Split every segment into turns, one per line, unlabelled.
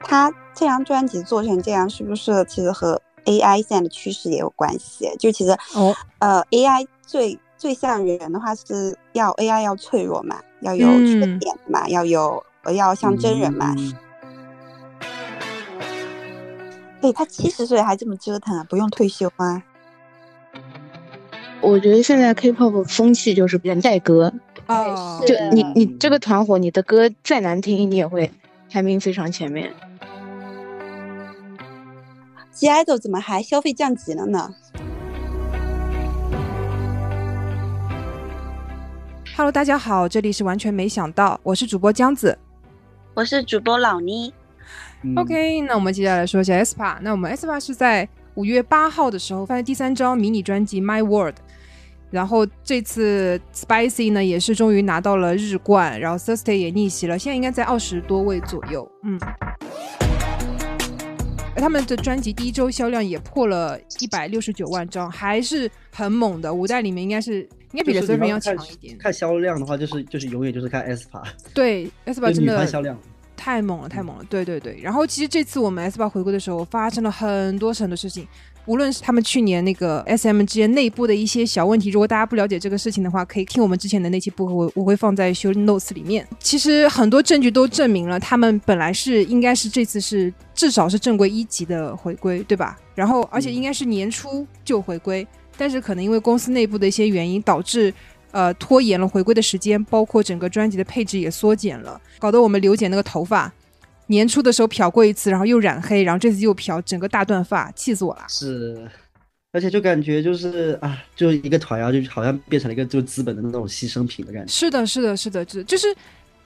他这张专辑做成这样，是不是其实和 AI 现在的趋势也有关系？就其实，
哦
呃，AI 最最吓人的话是要 AI 要脆弱嘛，要有缺
嗯
点嘛，要有呃要像真人嘛。
嗯
对他七十岁还这么折腾啊，不用退休啊。
我觉得现在 K-pop 风气就是人带歌，
哦
是
就
的
你你这个团伙，你的歌再难听，你也会排名非常前面。
G idol 怎么还消费降级了呢？
，Hello，大家好，这里是完全没想到，我是主播江子。
我是主播老倪，
嗯
OK，那我们接下来说一下 aespa。那我们 aespa 是在五月八号的时候发的第三张迷你专辑《My World》，然后这次 Spicy 呢也是终于拿到了日冠，然后 Thursday 也逆袭了，现在应该在二十多位左右。嗯，他们的专辑第一周销量也破了一百六十九万张，还是很猛的。五代里面应该是应该比 The
就是
s e r
你
v i
要
要强
看
一点。
看销量的话，就是就是永远就是看 S 趴，
对 S 八
就
真
女团
的
销量嗯
太猛了，太猛了！对对对。然后其实这次我们 S 八回归的时候，发生了很多很多事情，无论是他们去年那个 SMG 内部的一些小问题，如果大家不了解这个事情的话，可以听我们之前的那期播客，我我会放在 show notes 里面。其实很多证据都证明了，他们本来是应该是这次是至少是正规一级的回归，对吧？然后而且应该是年初就回归，但是可能因为公司内部的一些原因，导致呃拖延了回归的时间，包括整个专辑的配置也缩减了，搞得我们刘姐那个头发，年初的时候漂过一次，然后又染黑，然后这次又漂，整个大断发，气死我了。
是，而且就感觉就是啊，就是一个团啊，就好像变成了一个就资本的那种牺牲品的感觉。
是的，是的，是的，是就是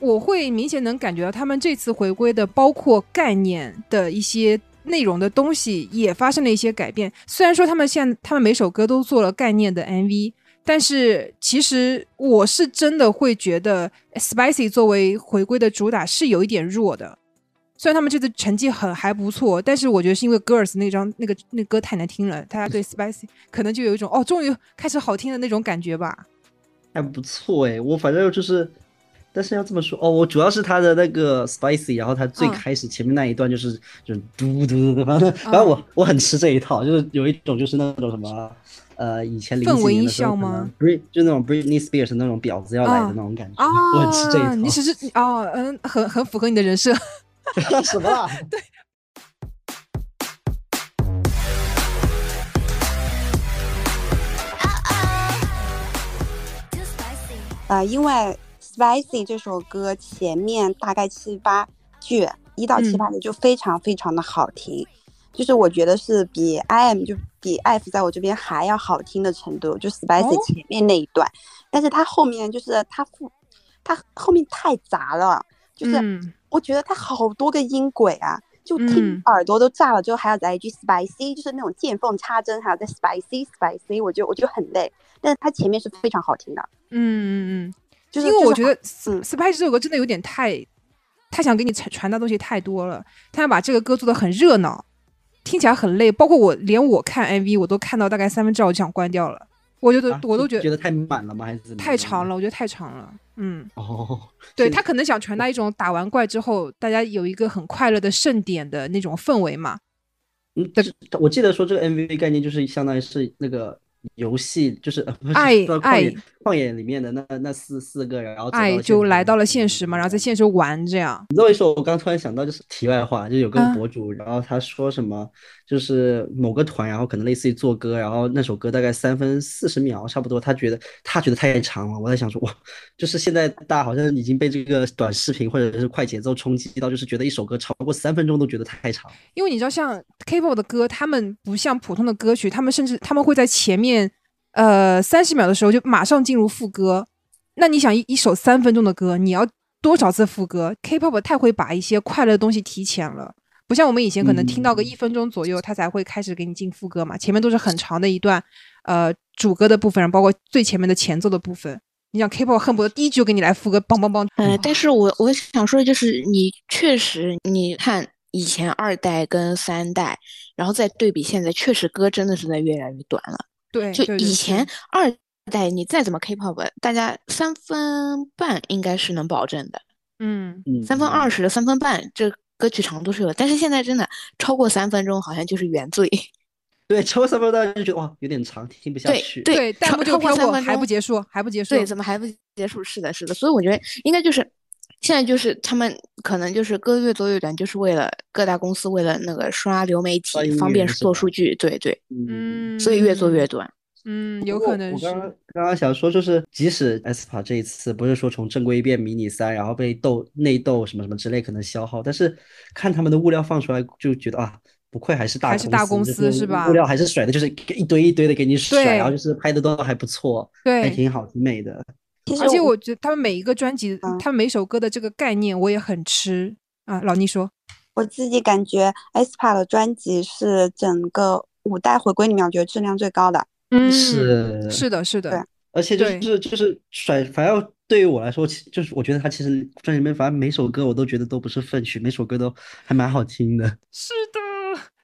我会明显能感觉到他们这次回归的，包括概念的一些内容的东西也发生了一些改变。虽然说他们现他们每首歌都做了概念的 MV，但是其实我是真的会觉得 Spicy 作为回归的主打是有一点弱的。虽然他们这次成绩很还不错，但是我觉得是因为 Girls 那张那个那歌太难听了，大家对 Spicy 可能就有一种哦，终于开始好听的那种感觉吧。
还不错哎，我反正就是，但是要这么说哦，我主要是他的那个 spicy，然后他最
嗯
开始前面那一段就是、就是嘟嘟嘟嘟，反正反正我、我很吃这一套，就是有一种就是那种什么呃以前零
氛
几
围
年
音
的时候
效
可能
吗
？Brit 就那种 Britney Spears 那种婊子要来的
啊
那种感觉，
啊，
我很吃这一
你
套。
只是哦，嗯，很很符合你的人 设。
什么 啊？
呃，因为 Spicy 这首歌前面大概七八句，一到七
嗯
八句就非常非常的好听，就是我觉得是比 I M 就比 F 在我这边还要好听的程度，就 Spicy
哦
前面那一段，但是它后面就是它复，它后面太杂了，就是
嗯，
我觉得它好多个音轨啊。就听
嗯
耳朵都炸了，之后还要来一句 spicy，就是那种见缝插针，还要再 spicy spicy，我就我就很累。但是它前面是非常好听的，
嗯嗯嗯，
就是
因为
就是
我觉得《
嗯
Spy》这首歌真的有点太，他想给你传传达东西太多了，他想把这个歌做的很热闹，听起来很累。包括我连我看 MV 我都看到大概三分之二我就想关掉了，我觉得、
啊
我都
就
觉
觉得太满了吗？还是怎么
太长
了
了，我觉得太长了。嗯，
哦。
对
是
他可能想传达一种打完怪之后大家有一个很快乐的盛典的那种氛围嘛。
嗯，
的
是我记得说这个 MVP 概念就是相当于是那个游戏，就是呃不是
爱
不是旷
爱
野旷野里面的那那四四个人，然后走
爱
到
就
现
来
实
到了
中
现实嘛，然后在
嗯
现实玩这样。
你这么一说，我刚突然想到，就是题外话，就有个
嗯
博主，然后他说什么，就是某个团，然后可能类似于做歌，然后那首歌大概三分四十秒差不多，他觉得他觉得太长了。我在想说，哇，就是现在大家好像已经被这个短视频或者是快节奏冲击到，就是觉得一首歌超过三分钟都觉得太长。
因为你知道，像 K-pop 的歌，他们不像普通的歌曲，他们甚至他们会在前面呃三十秒的时候就马上进入副歌。那你想一一首三分钟的歌，你要多少次副歌？K-pop 太会把一些快乐的东西提前了，不像我们以前可能听到个
嗯
一分钟左右，它才会开始给你进副歌嘛，前面都是很长的一段呃主歌的部分，然后包括最前面的前奏的部分。你想 K-pop 恨不得第一句就给你来副歌，梆梆梆。
呃，但是我我想说，就是你确实，你看以前二代跟三代，然后再对比现在，确实歌真的是在越来越短了。
对，
就
对对
以
是
前二代，你再怎么 K-pop，大家三分半应该是能保证的，
嗯，
嗯，
三分二十、三分半，这歌曲长度是有的，但是现在真的超过三分钟好像就是原罪。
对，超过三分钟大家就觉得哇有点长，听不下
对
去。
对，弹
超
幕
超
就
过
飘
三
过，
分
还不
钟
结束，还不结束。
对，怎么还不结束？是的，是的，所以我觉得应该就是现在就是他们可能就是歌越做越短，就是为了各大公司为了那个刷流媒体
刷音，
方便
源是
做
吧
数据，对对，
嗯，
所以越做越短。
嗯，有
不过
可能
我
是
刚刚刚刚想说，就是即使 aespa 这一次不是说从正规变迷你三，然后被斗内斗什么什么之类可能消耗，但是看他们的物料放出来就觉得啊，不愧还是大
还
公
是
司，
大公
就
司
是
是吧
物料还是甩的，就是一堆一堆的给你甩，然后
对
就是拍的都还不错，还
对，
挺好，挺美的。
其实
而且我觉得他们每一个专辑，
嗯
他们每首歌的这个概念我也很吃啊。老倪说，
我自己感觉 aespa 的专辑是整个五代回归里面，我觉得质量最高的。
嗯，
是
是的，是的，
而且就
对
是就是甩，反正对于我来说，其就是我觉得他其实专辑里面，反正每首歌我都觉得都不是粪曲，每首歌都还蛮好听的。
是的。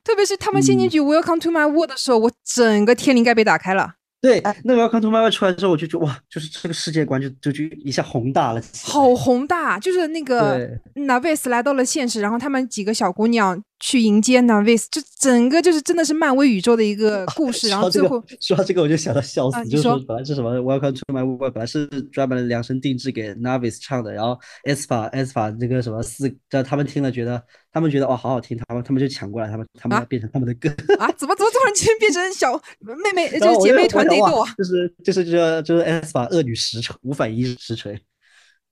特别是他们新进
嗯
曲《Welcome to My World》的时候，我整个天灵盖被打开了，
对，那个《Welcome to My World》出来之后，我就觉得哇，就是这个世界观就就就一下宏大了起来。
好宏大，就是那个
对，
Navis 来到了现实，然后他们几个小姑娘去迎接 Navis，这整个就是真的是漫威宇宙的一个故 事，然
说
后
到这
最后
个，说到这个我就想到笑
啊
死，
你
就是
说
本来是什么《Welcome to My World》，本来是专门量身定制给 Navis 唱的，然后 aespa aespa 那个什么四，让他们听了觉得他们觉得哦好好听，他们他们就抢过来，他们他们
啊
要变成他们的歌。
啊，怎么怎么突然间变成小 妹妹，
然
就
后
是
我
姐
就
妹
我
团
想
得
哇
斗啊？
就是就是这就是 S 把恶女实锤，无反一实锤。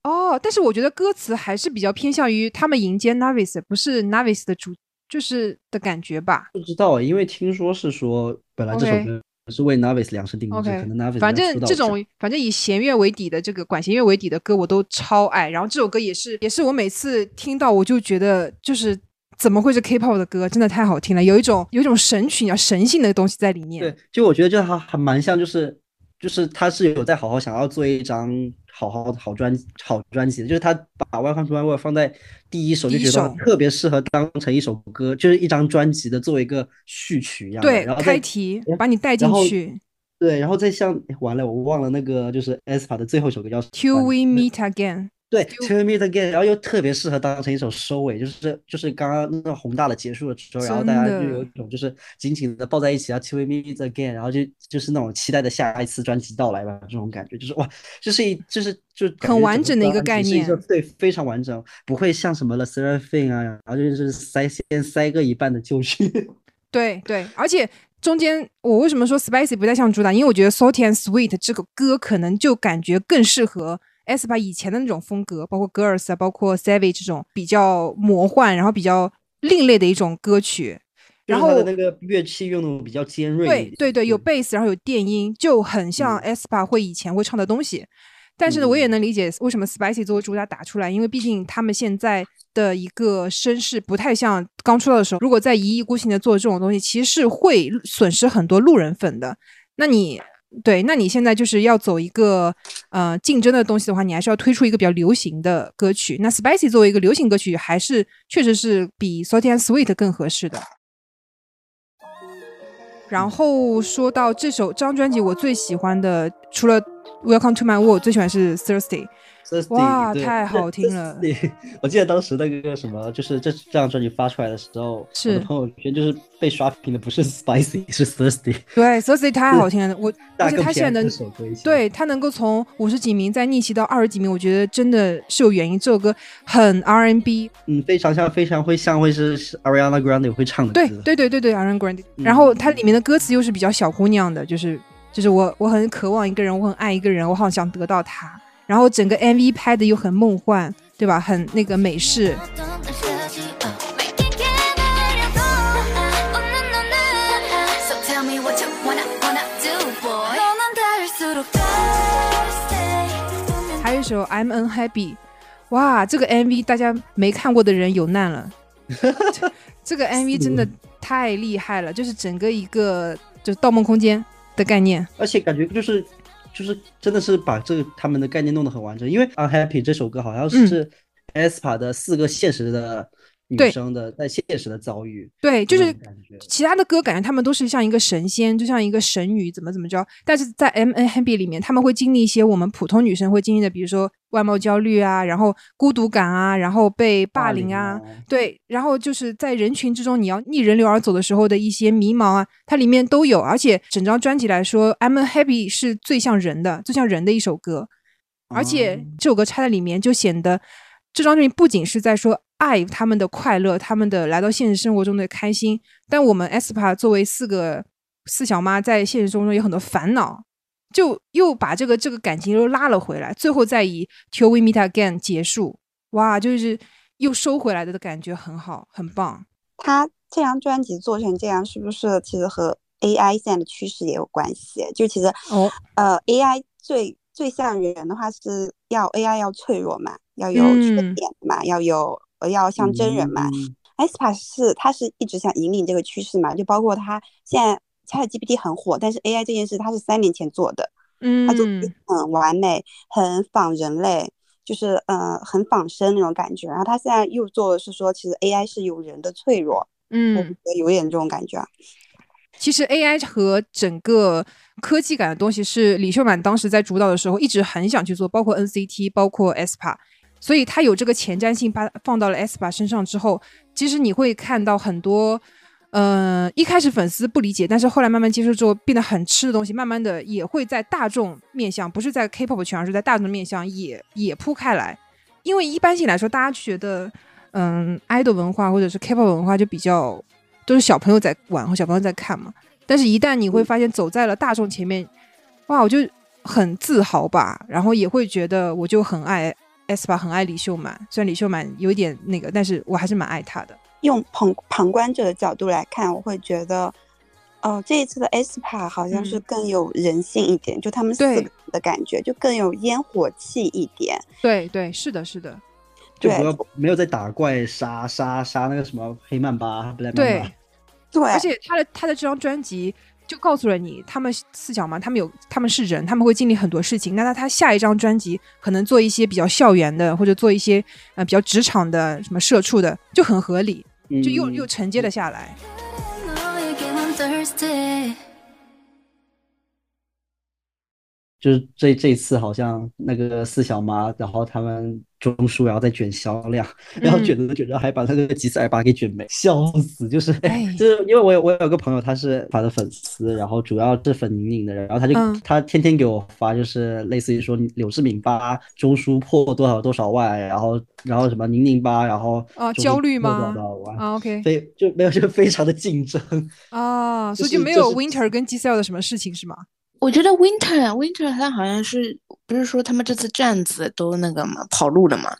哦，但是我觉得歌词还是比较偏向于他们迎接 Navis，不是 Navis 的主，就是的感觉吧。
不知道，啊因为听说是说本来这首
OK
歌是为 Navis 量身定制
OK，
可能 Navis
反
要出
正
道
这
之后
种反正以弦乐为底的这个管弦乐为底的歌我都超爱，然后这首歌也是也是我每次听到我就觉得就是怎么会是 K-pop 的歌，真的太好听了，有一种有一种神曲啊神性的东西在里面。
对，就我觉得就还还蛮像，就是就是他是有在好好想要做一张好好好专好专辑的，就是他把 Welcome to My World 放在第一首就
第一
觉得
首
特别适合当成一首歌，就是一张专辑的作为一个序曲一样的。
对
然后
开
再
题
然
把你带进
然后
去。
对，然后再像哎完了，我忘了那个就是 S a 的最后一首歌叫什么
Till
来着
we
那
meet again，
对
就
，Till We Meet Again，然后又特别适合当成一首收尾，就是就是刚刚那种宏大的结束了之后，然后
真
大家
的
就有一种就是紧紧的抱在一起，然后 Till We Meet Again，然后就就是那种期待的下一次专辑到来吧，这种感觉就是哇，这是一就是就感
很
觉
完
整
整的一个
专
概
辑是一个
念
对，非常完整，不会像什么了 Seraphim 啊，然后就是塞先塞个一半的就 绪，
对对，而且中间我为什么说 spicy 不太像主打？因为我觉得 salty and sweet 这个歌可能就感觉更适合 s p a 以前的那种风格，包括 girls 啊，包括 savage 这种比较魔幻，然后比较另类的一种歌曲。
就
然
是它
后
的那个乐器用的比较尖锐一
对
点，
对对，有
嗯
bass，然后有电音，就很像 s p a 会以前会唱的东西。但是呢，我也
嗯
能理解为什么 Spicy 作为主打打出来，因为毕竟他们现在的一个声势不太像刚出道的时候。如果再一意孤行的做这种东西，其实是会损失很多路人粉的。那你对，那你现在就是要走一个呃竞争的东西的话，你还是要推出一个比较流行的歌曲。那 Spicy 作为一个流行歌曲，还是确实是比 Salty and Sweet 更合适的。然后说到这首这张专辑，我最喜欢的除了《Welcome to My World》，最喜欢是《Thirsty》。
Thirsty，
哇
对
太 好听了
Thirsty 我记得当时那个什么，就是这这张专辑发出来的时候，我
是
的朋友圈就是被刷屏的，不是 Spicy，是 Thirsty。
对，《Thirsty》太 好听了，我而
大
且
更
他
偏
现在
这
能
首歌一些，
对他能够从五十几名再逆袭到二十几名，我觉得真的是有原因。这首歌很 R&B，
嗯，非常像，非常会像会是是 Ariana Grande 会唱的
对
歌，
对对对对，Ariana Grande。
嗯
然后它里面的歌词又是比较小姑娘的，就是就是我我很渴望一个人，我很爱一个人，我好想得到他。然后整个 MV 拍的又很梦幻，对吧？很那个美式。
어. 아, So tell me what you wanna wanna do, boy. 너는 닿을수록 thirsty.
还有一首《I'm Unhappy》，哇，这个 MV 大家没看过的人有难 了，这个 MV 真的太厉害了，就是整个一个就是《盗梦空间》的概念。
而且感觉就是就是真的是把这个他们的概念弄得很完整，因为《Unhappy》这首歌好像是 aespa 的四个现实的。女
对
生的在现实的遭遇，
对，就
这
是
种感觉
其他的歌感觉他们都是像一个神仙，就像一个神女，怎么怎么着。但是在 M N Happy 里面，他们会经历一些我们普通女生会经历的，比如说外貌焦虑啊，然后孤独感啊，然后被霸凌啊，对，然后就是在人群之中，你要逆人流而走的时候的一些迷茫啊，它里面都有。而且整张专辑来说，《I'm Happy》是最像人的，最像人的一首歌。而且
哦
这首歌插在里面，就显得这张专辑不仅是在说爱他们的快乐，他们的来到现实生活中的开心，但我们 aespa 作为四个四小妈，在现实生活中有很多烦恼，就又把这个这个感情又拉了回来，最后再以 Till We Meet Again 结束。哇，就是又收回来的感觉很好，很棒。
他这张专辑做成这样，是不是其实和 AI 现在的趋势也有关系？就其实，
哦
呃，AI 最最像人的话是要 AI 要脆弱嘛，要有缺
嗯
点嘛，要有呃要像真人嘛。
嗯
aespa 是它是一直想引领这个趋势嘛，就包括它现在 ChatGPT 很火，但是 AI 这件事它是三年前做的，
嗯
它做得很完美，很仿人类，就是呃很仿生那种感觉。然后它现在又做的是说，其实 AI 是有人的脆弱，我
嗯
觉，得有点这种感觉啊。
其实 AI 和整个科技感的东西是李秀满当时在主导的时候一直很想去做，包括 NCT，包括 aespa，所以他有这个前瞻性，把放到了 aespa 身上之后，其实你会看到很多。呃，一开始粉丝不理解，但是后来慢慢接受之后，变得很吃的东西，慢慢的也会在大众面向，不是在 K-pop 圈，而是在大众面向也也铺开来。因为一般性来说，大家觉得，嗯，idol 文化或者是 K-pop 文化就比较都是小朋友在玩和小朋友在看嘛。但是，一旦你会发现走在了大众前面，哇，我就很自豪吧，然后也会觉得我就很爱 S 吧，很爱李秀满。虽然李秀满有一点那个，但是我还是蛮爱她的。
用旁旁观者的角度来看，我会觉得，哦、这一次的 aespa 好像是
嗯
更有人性一点，就他们四
对
个人的感觉就更有烟火气一点。
对对，是的，是的，
就
对
不要没有在打怪杀杀杀那个什么黑曼巴、布莱曼
对
巴，。
对，
而且他的他的这张专辑就告诉了你，他们四小嘛，他们有他们是人，他们会经历很多事情。那他他下一张专辑可能做一些比较校园的，或者做一些呃比较职场的什么社畜的，就很合理，就又、
嗯
又承接了下来。
너에게만 thirsty
就是这这次好像那个四小妈，然后他们中枢，然后再卷销量，
嗯
然后卷着卷着还把那个吉斯艾巴给卷没， 笑死！就是
哎
就是因为我有我有个朋友，他是他的粉丝，然后主要是粉宁宁的，然后他就、
嗯
他天天给我发，就是类似于说柳志敏吧中枢破多少多少万，然后然后什么宁宁吧，然后
啊
中枢
焦虑
破
吗
多少万。
啊，OK
非就没有，就非常的竞争，
啊，所以
就
就是没
就
有
是
Winter 跟 G Cell 的什么事情是吗？
我觉得 Winter Winter 他好像是不是说他们这次站子都那个嘛跑路了嘛？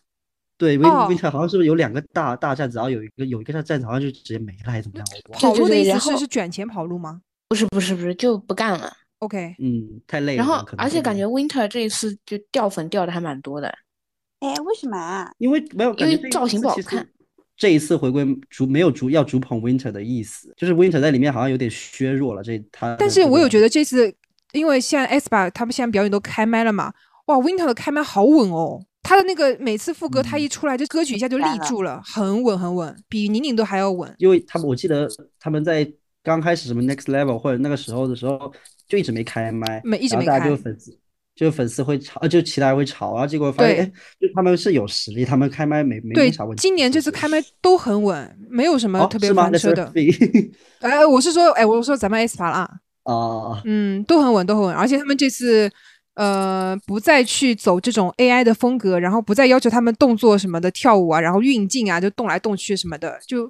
对，Win
哦
Winter 好像是不是有两个大大站子，然后有一个有一个站子好像就直接没了，还是怎么样？我忘了。
跑路的
对
意思
然
是
后
是卷钱跑路吗
不是不是不是就不干了。
？OK，
嗯，太累了。
然后
可能嗯
而且
真的
感觉 Winter 这一次就掉粉掉的还蛮多的。
哎，为什么啊？
因为没有，
因
感觉
为
这一
造型
次
不好
其实
看。
这一次回归主没有主要主捧 Winter 的意思，就是 Winter 在里面好像有点削弱了这他。
但是我有觉
得，
得这次，因为现在 S 吧，他们现在表演都开麦了嘛，哇，Winter 的开麦好稳哦，他的那个每次副歌他
嗯
一出来，这歌曲一下就立
当然
住了，很稳很稳，比宁宁都还要稳。
因为他们我记得他们在刚开始什么 Next Level 或者那个时候的时候，就一直没开麦，
没一直
然
没
后大家就
开
粉丝就粉丝会吵，呃就其他人会吵，然后结果发现，
对
哎，就他们是有实力，他们开麦没没
对
没啥问，题。
今年这
其
次
实
开麦都很稳，没有什么
哦
特别
是吗
翻
那
车
是
的。
F1
哎，我是说，哎，我说咱们 S 吧啦，
啊，
嗯，都很稳，都很稳，而且他们这次。呃，不再去走这种 AI 的风格，然后不再要求他们动作什么的、跳舞啊，然后运镜啊，就动来动去什么的，就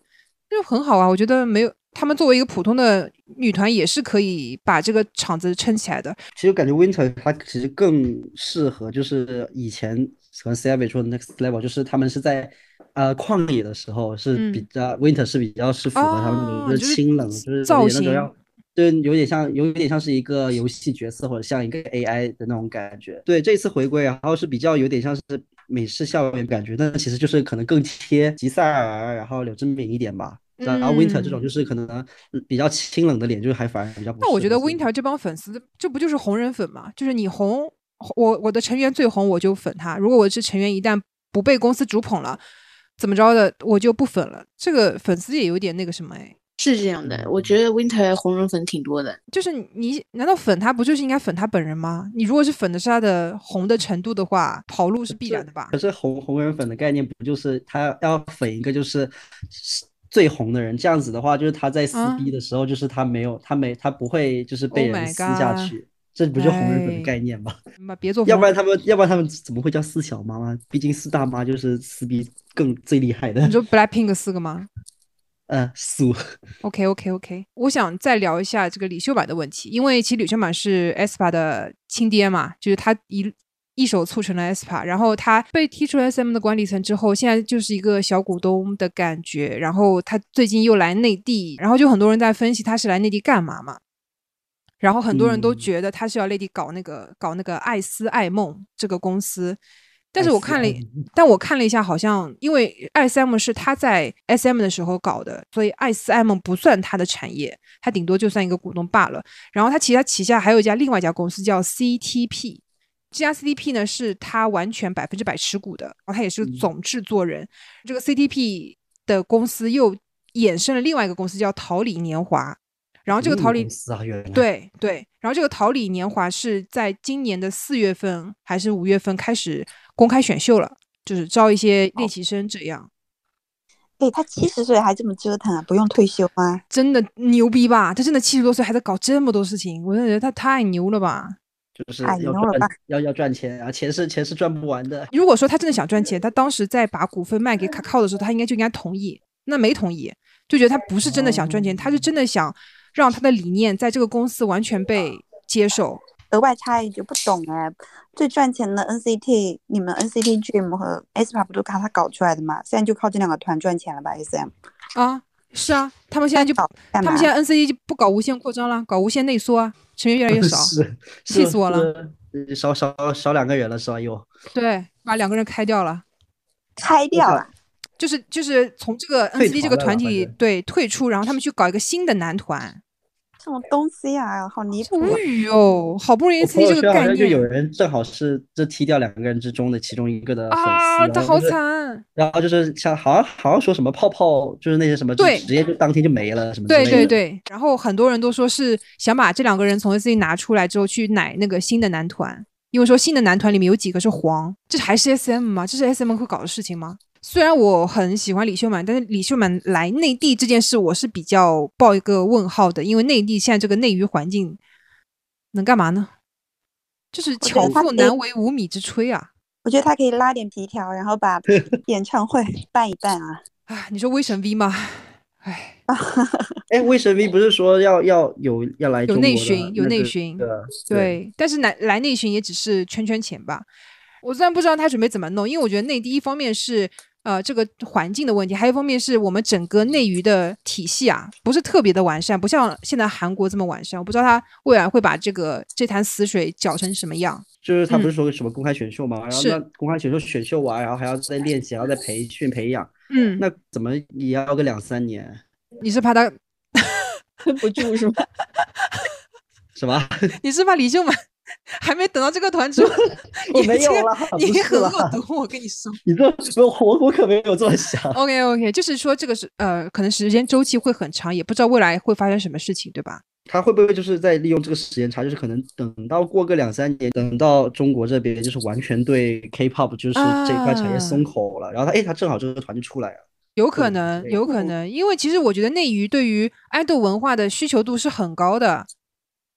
就很好啊。我觉得没有，他们作为一个普通的女团，也是可以把这个场子撑起来的。
其实感觉 Winter 它其实更适合，就是以前和 Savage 说的 Next Level，就是他们是在呃旷野的时候是比
嗯
较、Winter 是比较是符合他们那
哦
种就
就是
是清冷，就是
造
有点那
型
种要对，有点像有点像是一个游戏角色或者像一个 AI 的那种感觉。对，这次回归然后是比较有点像是美式校园感觉，但其实就是可能更贴吉赛尔，然后柳智敏一点吧。然后 Winter 这种
嗯
就是可能比较清冷的脸，就是还反而比较不适合。
那我觉得
所以
Winter 这帮粉丝，这不就是红人粉吗？就是你红，我我的成员最红，我就粉他。如果我是成员一旦不被公司主捧了，怎么着的，我就不粉了。这个粉丝也有点那个什么哎，
是这样
嗯
的，我觉得 Winter 红人粉挺多的。
就是你难道粉他不就是应该粉他本人吗？你如果是粉的是他的红的程度的话，跑路是必然的吧
可？是红红人粉的概念不就是他要粉一个就是最红的人，这样子的话，就是他在撕
啊
逼的时候，就是他没有他没他不会就是被
Oh my
人撕下
god
去，这不就红人粉
哎
的概念吗？
妈别做红，
要不然他们要不然他们怎么会叫撕小妈妈？毕竟撕大妈就是撕逼更最厉害的
你。说 Blackpink 四个吗？
呃，素
OK OK OK，我想再聊一下这个李秀满的问题，因为其实李秀满是 aespa 的亲爹嘛，就是他一一手促成了 aespa，然后他被踢出 SM 的管理层之后，现在就是一个小股东的感觉，然后他最近又来内地，然后就很多人在分析他是来内地干嘛嘛，然后很多人都
嗯
觉得他是要内地搞那个、搞那个爱思爱梦这个公司，但是我看了一。但我看了一下，好像因为 SM 是他在 SM 的时候搞的，所以 SM 不算他的产业，他顶多就算一个股东罢了。然后他其他旗下还有一家另外一家公司叫 CTP，这家 CTP 呢是他完全百分之百持股的，然后他也是
嗯
总制作人。这个 CTP 的公司又衍生了另外一个公司叫桃李年华，然后这个桃李、
丝啊，原来，
对对，然后这个桃李年华是在今年的四月份还是五月份开始公开选秀了，就是招一些练习生这样，
哎，他七十岁还这么折腾啊，不用退休啊？
真的牛逼吧？他真的七十多岁还在搞这么多事情，我真的觉得他太牛了吧！
就是
哎
要
牛了吧
赚要要赚钱啊，钱是钱是赚不完的。
如果说他真的想赚钱，他当时在把股份卖给卡靠的时候，他应该就应该同意，那没同意，就觉得他不是真的想赚钱，他是真的想让他的理念在这个公司完全被接受。
额外插一句，不懂哎，最赚钱的 NCT，你们 NCT Dream 和 aespa 不都靠他搞出来的吗？现在就靠这两个团赚钱了吧？SM
啊，是啊，他们现在就
搞
他
干嘛
们现在 NCT 就不搞无限扩张了，搞无限内缩啊，成员越来越少，
是，
气
是
死我了。
是呃少少少两个人了是吧？又
对，把两个人开掉了，
开掉啊了，
就是就是从这个
退
NCT 这
团
个
了
团
反
体
正
对退出，然后他们去搞一个新的男团，
什么东西啊？好离谱
无
啊！
语哦，好不容易
我
NCT
朋友
这
圈
个
好
概
像就有
念
人正好是这踢掉两个人之中的其中一个的粉丝，
啊，
然
他
后
好
就是
惨，
然后就是像好像好像说什么泡泡，就是那些什么，就
对
直接就当天就没了什么之
对
类
对
的。
对，然后很多人都说是想把这两个人从 NCT 拿出来之后去奶那个新的男团，因为说新的男团里面有几个是黄，这还是 SM 吗？这是 SM 会搞的事情吗？虽然我很喜欢李秀满，但是李秀满来内地这件事，我是比较抱一个问号的，因为内地现在这个内娱环境能干嘛呢？就是
觉得
巧
他
妇
可以
难为无米之炊啊！
我觉得他可以拉点皮条，然后 把演唱会办一办啊。
哎，你说威神 V 吗？哎，
哎，魏神 V 不是说要要有要来
有
中
内
国的
巡有
那
内
个
巡
对
对，但是来来内巡也只是圈圈钱吧。我虽然不知道他准备怎么弄，因为我觉得内地一方面是呃这个环境的问题，还有一方面是我们整个内娱的体系啊不是特别的完善，不像现在韩国这么完善。我不知道他未来会把这个这潭死水搅成什么样。
就是他不
嗯
是说什么公开选秀嘛，然后
是
那公开选秀选秀完，然后还要再练习，还要再培训培养，
嗯，
那怎么也要个两三年，
你是怕他，
撑不住是吧？
是吧？
你是怕李秀满 还没等到这个团出，
我
你
没
这
有
个
啦
你
不是
很
啦
恶毒，我跟你说。
你这我我我可没有这么想。
OK OK，就是说这个是呃，可能时间周期会很长，也不知道未来会发生什么事情，对吧？
他会不会就是在利用这个时间差，就是可能等到过个两三年，等到中国这边就是完全对 K-pop 就是这块产业松
啊
口了，然后他哎，他正好这个团就出来了。
有可
对
能，
对
有
哦
可能，因为其实我觉得内娱对于爱豆文化的需求度是很高的，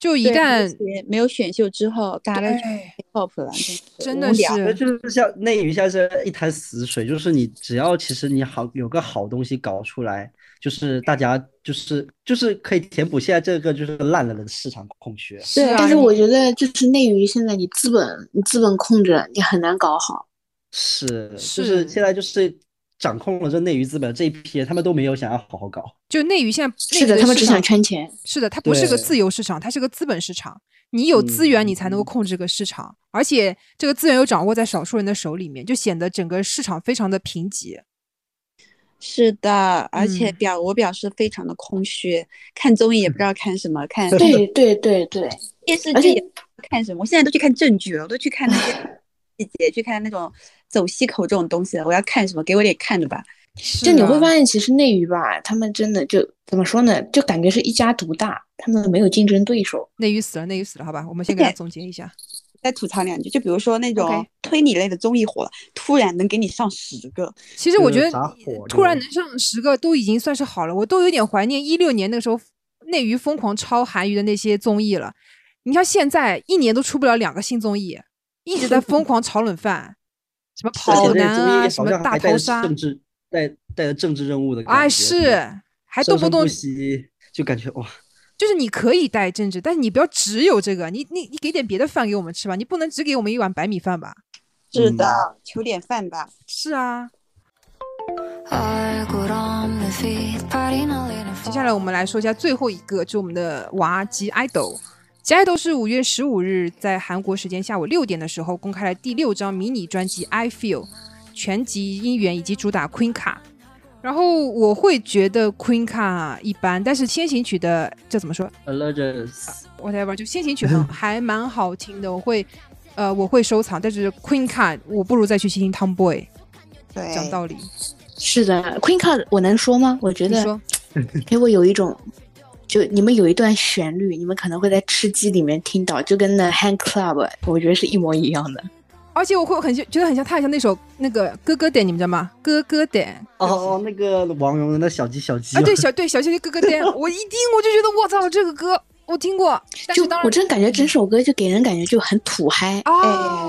就一
对
旦
而且没有选秀之后，大家就
对
top 了，
真
无
的
聊
那
是
就是像内娱现在是一潭死水，就是你只要其实你好有个好东西搞出来，就是大家就是就是可以填补现在这个就是烂了的市场空缺。
是
对，
啊，
但是
你
我觉得就是内娱现在你资本你资本控制你很难搞好。
是，就是是现在就是掌控了这内娱资本这一批人，他们都没有想要好好搞。
就内娱现在内
是
娱
的，他们
市
只想
场
圈钱。
是的，它不是个
对
自由市场，它是个资本市场。你有资源，你才能够
嗯
控制这个市场，而且这个资源又掌握在少数人的手里面，就显得整个市场非常的贫瘠。
是的，而且
嗯
表我表示非常的空虚，看综艺也不知道看什么，看
对对对对，
电视
而
剧
且
也不知道看什么，我现在都去看正剧了，我都去看那些细节去看那种走西口这种东西了。我要看什么？给我点看的吧。
就你会发现，其实内娱吧，他们真的就怎么说呢？就感觉是一家独大，他们没有竞争对手。
内娱死了，内娱死了，好吧，我们先给他总结一下。
再吐槽两句，就比如说那
OK
种推理类的综艺火了，突然能给你上十个，
其实我觉
就是
得
打火
突然
的
能上十个都已经算是好了，我都有点怀念一六年那个时候内娱疯狂抄韩娱的那些综艺了。你像现在一年都出不了两个新综艺，一直在疯狂炒冷饭，什么
而且
跑
这
男啊，
个
什
综艺好
么
像
大
还带
逃
着
杀，
政治带带着政治任务的感觉，
哎是，还动
生生
动
不息，就感觉哇，
就是你可以带政治，但是你不要只有这个，你你你给点别的饭给我们吃吧，你不能只给我们一碗白米饭吧？
是
嗯
的，求点饭吧。
是啊，
얼굴 없는 핏 발이 날리는
接下来我们来说一下最后一个，就我们的娃及 idol。及 idol 是五月十五日在韩国时间下午六点的时候公开了第六张迷你专辑《I Feel》，全集音源以及主打 Queen 卡。然后我会觉得 Queen 卡一般，但是先行曲的这怎么说
a l e g e n c
？whatever，就先行曲很还蛮好听的，我会呃我会收藏，但是 Queen 卡我不如再去听听 Tomboy。
对，
讲道理，
是的，Queen Card 我能说吗？我觉
你
得
说
给我有一种，就你们有一段旋律，你们可能会在吃鸡里面听到，就跟那 Hand Club 我觉得是一模一样的。
而且我会很像觉得很像，他很像那首那个哥哥点，你们知道吗？哥哥点
哦哦，那个王蓉的那小鸡小鸡
啊，对
嘛
小对小谢谢哥哥点，我一听我就觉得我操，这个歌我听过，但
就是哎
当然哦
我真感觉整首歌就给人感觉就很土嗨，
啊，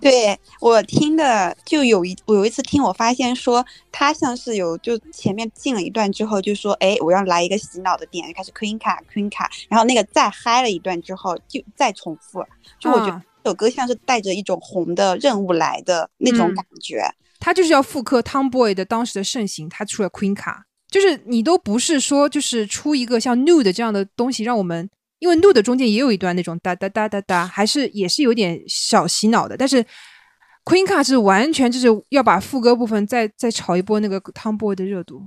对我听的就有一，我有一次听，我发现说他像是有就前面进了一段之后，就说哎，我要来一个洗脑的点，就开始 Queen 卡 Queen 卡，然后那个再嗨了一段之后，就再重复，就我觉得
啊
这首歌像是带着一种红的任务来的那种
嗯
感觉。
他就是要复刻 Tomboy 的当时的盛行，他出了 Queen 卡，就是你都不是说就是出一个像 Nude 这样的东西，让我们因为 Nude 中间也有一段那种哒哒哒哒哒，还是也是有点小洗脑的，但是 Queen 卡是完全就是要把副歌部分再再炒一波那个 Tomboy 的热度，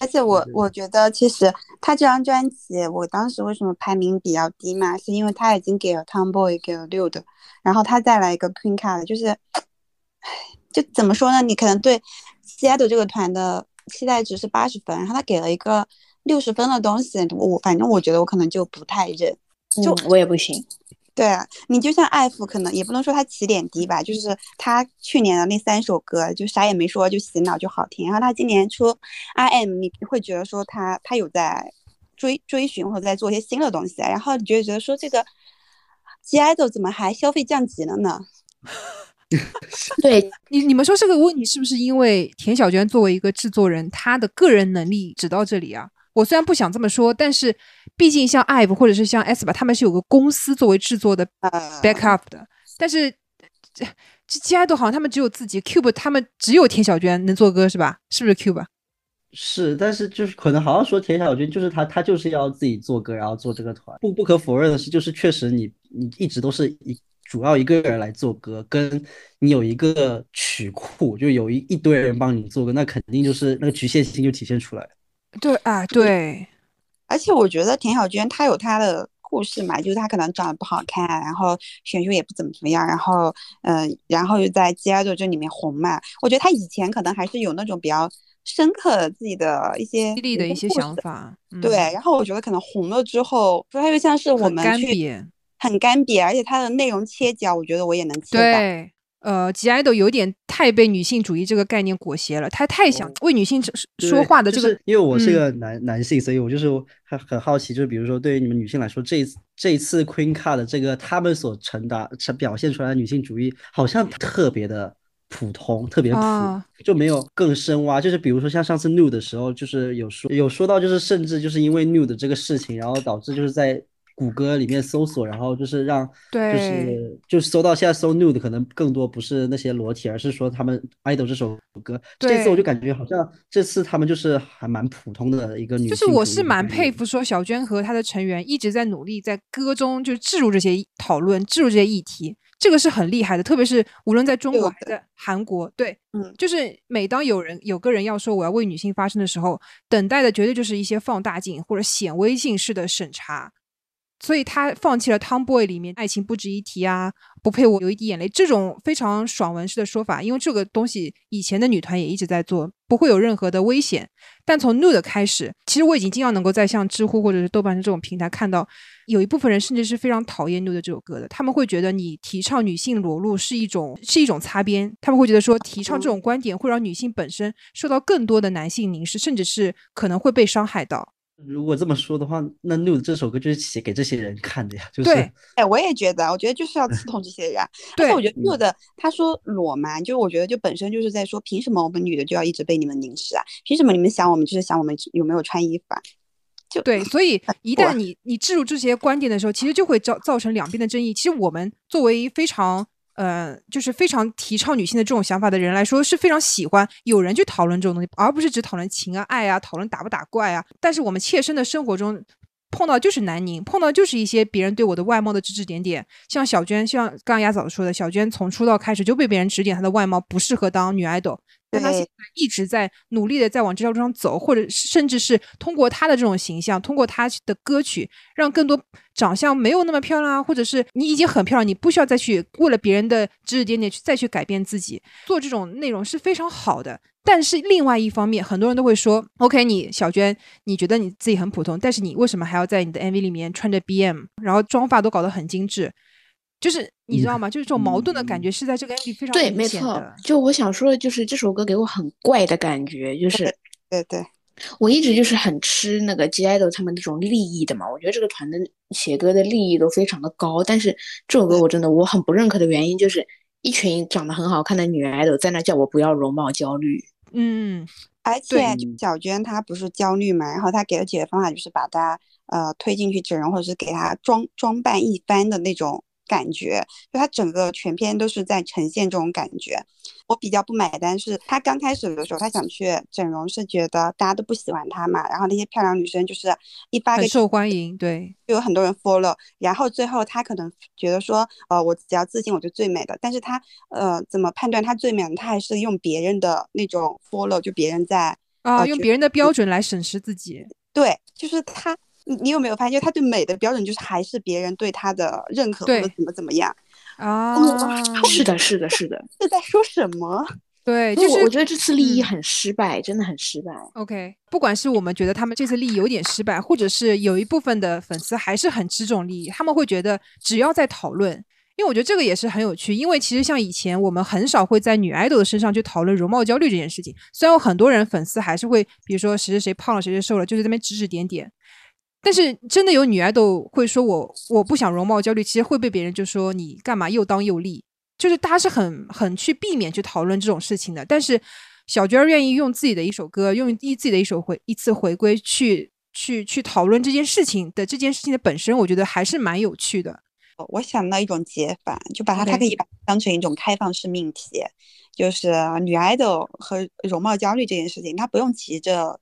而且我我觉得，其实他这张专辑，我当时为什么排名比较低嘛，是因为他已经给了 Tomboy 给了六的，然后他再来一个 Queen Card，就是，唉，就怎么说呢？你可能对 c i d 这个团的期待值是八十分，然后他给了一个六十分的东西，我反正我觉得我可能就不太认。
就、嗯我也不行。
对啊，你就像爱父，可能也不能说他起点低吧，就是他去年的那三首歌就啥也没说，就洗脑就好听。然后他今年出 I M，你会觉得说他他有在追追寻或者在做一些新的东西，啊然后你就会觉得说这个 G I d 怎么还消费降级了呢？
对，
你你们说这个问题是不是因为田小娟作为一个制作人，她的个人能力只到这里啊？我虽然不想这么说，但是毕竟像 IVE 或者是像 S 吧，他们是有个公司作为制作的
呃
backup 的，但是这这 G I 都好像他们只有自己 Cube，他们只有田小娟能做歌是吧？是不是 Cube？
是，但是就是可能好像说田小娟就是她，她就是要自己做歌，然后做这个团。不不可否认的是，就是确实你你一直都是一主要一个人来做歌，跟你有一个曲库，就有一一堆人帮你做歌，那肯定就是那个局限性就体现出来了。
对啊，对，
而且我觉得田小娟她有她的故事嘛，就是她可能长得不好看，啊然后选秀也不怎么怎么样，然后嗯、呃然后又在 G I d 这里面红嘛。我觉得她以前可能还是有那种比较深刻自己的一些
犀利的一些
故事
想。法，嗯
对，，然后我觉得可能红了之后，她又像是我
很
们
干
去
瘪。
很干瘪，而且她的内容切角，我觉得我也能切到。
对，呃，吉爱豆有点太被女性主义这个概念裹挟了，他太想为女性说说
对
话的
就
这个
是因为我
嗯
是个男、男性，所以我就是很很好奇，就是比如说对于你们女性来说，这一次这一次 Queen Card 的这个他们所传达、呈表现出来的女性主义，好像特别的普通，特别普，
啊
就没有更深挖。就是比如说像上次 New 的时候，就是有说有说到，就是甚至就是因为 New 的这个事情，然后导致就是在。谷歌里面搜索，然后就是让，就
对
是就是搜到现在搜 nude 可能更多不是那些裸体，而是说他们 idol 这首歌。这次我
对
就感觉好像这次他们就是还蛮普通的一个女
就
性
是我
主义
是
的
蛮
概
佩
念
服，说小娟和她的成员一直在努力在歌中就置入这些议讨论，置入这些议题，这个是很厉害的。特别是无论在中国
对
还是在韩国，对，
嗯
就是每当有人有个人要说我要为女性发声的时候，等待的绝对就是一些放大镜或者显微镜式的审查。所以他放弃了《Tomboy》里面“爱情不值一提”啊，“不配我流一滴眼泪”这种非常爽文式的说法，因为这个东西以前的女团也一直在做，不会有任何的危险。但从 Nude 开始，其实我已经经常能够在像知乎或者是豆瓣这种平台看到，有一部分人甚至是非常讨厌 Nude 这首歌的，他们会觉得你提倡女性裸露是一种是一种擦边，他们会觉得说提倡这种观点会让女性本身受到更多的男性凝视，甚至是可能会被伤害到。
如果这么说的话，那《Nude》这首歌就是写给这些人看的呀，就是
对
哎，我也觉得，我觉得 就是要刺痛这些人。而
对嗯
且我觉得 Nude 他说裸嘛，就我觉得就本身就是在说，凭什么我们女的就要一直被你们凝视啊？凭什么你们想我们就是想我们有没有穿衣服啊？就
对，所以一
过
旦你你置入这些观点的时候，其实就会造造成两边的争议。其实我们作为非常呃，就是非常提倡女性的这种想法的人来说，是非常喜欢有人去讨论这种东西，而不是只讨论情啊、爱啊，讨论打不打怪啊。但是我们切身的生活中。碰到就是南宁，碰到就是一些别人对我的外貌的指指点点，像小娟，像刚刚雅嫂说的，小娟从出道开始就被别人指点她的外貌不适合当女 idol，但他现
对
在一直在努力的在往这条路上走，或者是甚至是通过他的这种形象，通过他的歌曲，让更多长相没有那么漂亮啊，或者是你已经很漂亮，你不需要再去为了别人的指指点点去再去改变自己，做这种内容是非常好的。但是另外一方面，很多人都会说，OK，你小娟，你觉得你自己很普通，但是你为什么还要在你的 MV 里面穿着 BM，然后妆发都搞得很精致？就是你知道吗？就是这种矛盾的感觉是在这个 MV 非常
嗯对，
明
没
显
错
的，
就我想说的就是这首歌给我很怪的感觉，就是
对对，
我一直就是很吃那个 G IDOL 他们那种立意的嘛，我觉得这个团的写歌的立意都非常的高，但是这首歌我真的我很不认可的原因就是一群长得很好看的女 idol 在那叫我不要容貌焦虑，
嗯。
而
对嗯
且就小娟她不是焦虑嘛，然后她给了解决方法，就是把她呃推进去整容，或者是给她装装扮一番的那种感觉，就她整个全篇都是在呈现这种感觉。我比较不买单是她刚开始的时候，她想去整容是觉得大家都不喜欢她嘛，然后那些漂亮女生就是一发
很
个
受欢迎，对
就有很多人 follow，然后最后他可能觉得说，呃，我只要自信我就最美的，但是他呃怎么判断他最美呢？他还是用别人的那种 follow，就别人在
啊，
呃
用
觉
别人的标准来审视自己，
对，就是他，你你有没有发现他对美的标准就是还是别人对他的认可或
对
者怎么怎么样？
啊，
是的，是的，是的，
这在说什么？
对，
所
就
以我我
是
觉得这次立意
嗯
很失败，真的很失败。
OK。不管是我们觉得他们这次利益有点失败，或者是有一部分的粉丝还是很吃重利益，他们会觉得只要在讨论。因为我觉得这个也是很有趣，因为其实像以前我们很少会在女 idol 的身上去讨论容貌焦虑这件事情。虽然有很多人粉丝还是会，比如说谁谁谁胖了，谁谁瘦了，就是在那边指指点点，但是真的有女爱豆会说我我不想容貌焦虑，其实会被别人就说你干嘛又当又立，就是大家是很很去避免去讨论这种事情的。但是小娟儿愿意用自己的一首歌，用一自己的一首回一次回归去去去讨论这件事情的这件事情的本身，我觉得还是蛮有趣的。
我想到一种解法，就把它它
OK
可以把它当成一种开放式命题，就是女 idol 和容貌焦虑这件事情，她不用急着。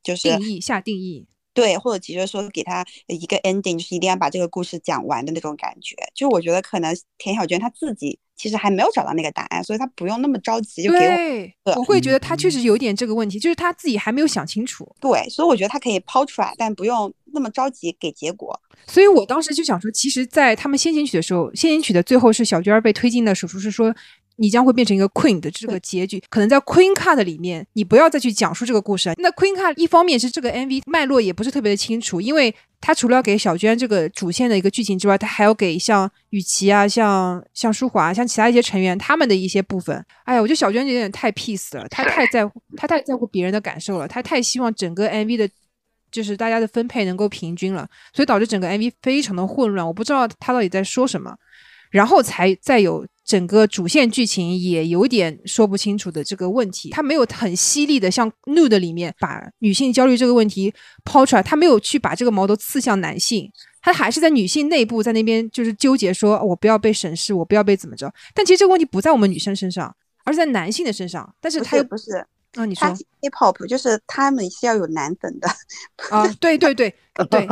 就是
定义下定义，
对，或者急着说给他呃一个 ending，就是一定要把这个故事讲完的那种感觉。就我觉得可能田小娟她自己其实还没有找到那个答案，所以她不用那么着急就给我。嗯
对，
对
我会觉得她确实有点这个问题，就是她自己还没有想清楚。
对，所以我觉得她可以抛出来，但不用那么着急给结果。
所以我当时就想说，其实，在他们先行曲的时候，先行曲的最后是小娟儿被推进的手术是说。你将会变成一个 queen 的这个结局，可能在 queen card 里面，你不要再去讲述这个故事。那 queen card 一方面是这个 MV 脉络也不是特别的清楚，因为它除了要给小娟这个主线的一个剧情之外，它还要给像雨琦啊、像像舒华、像其他一些成员他们的一些部分。哎呀，我觉得小娟有点太 peace 了，她太在乎，她太在乎别人的感受了，她太希望整个 MV 的，就是大家的分配能够平均了。所以导致整个 MV 非常的混乱，我不知道他到底在说什么，然后才再有整个主线剧情也有点说不清楚的这个问题。他没有很犀利的像 Nude 里面把女性焦虑这个问题抛出来，他没有去把这个矛头刺向男性。他还是在女性内部在那边就是纠结说，哦我不要被审视，我不要被怎么着。但其实这个问题不在我们女生身上，而是在男性的身上。但是
不
他
是
又
不是，
啊，你说
她 K-pop 就是他们是要有男粉的，
啊，对对对对，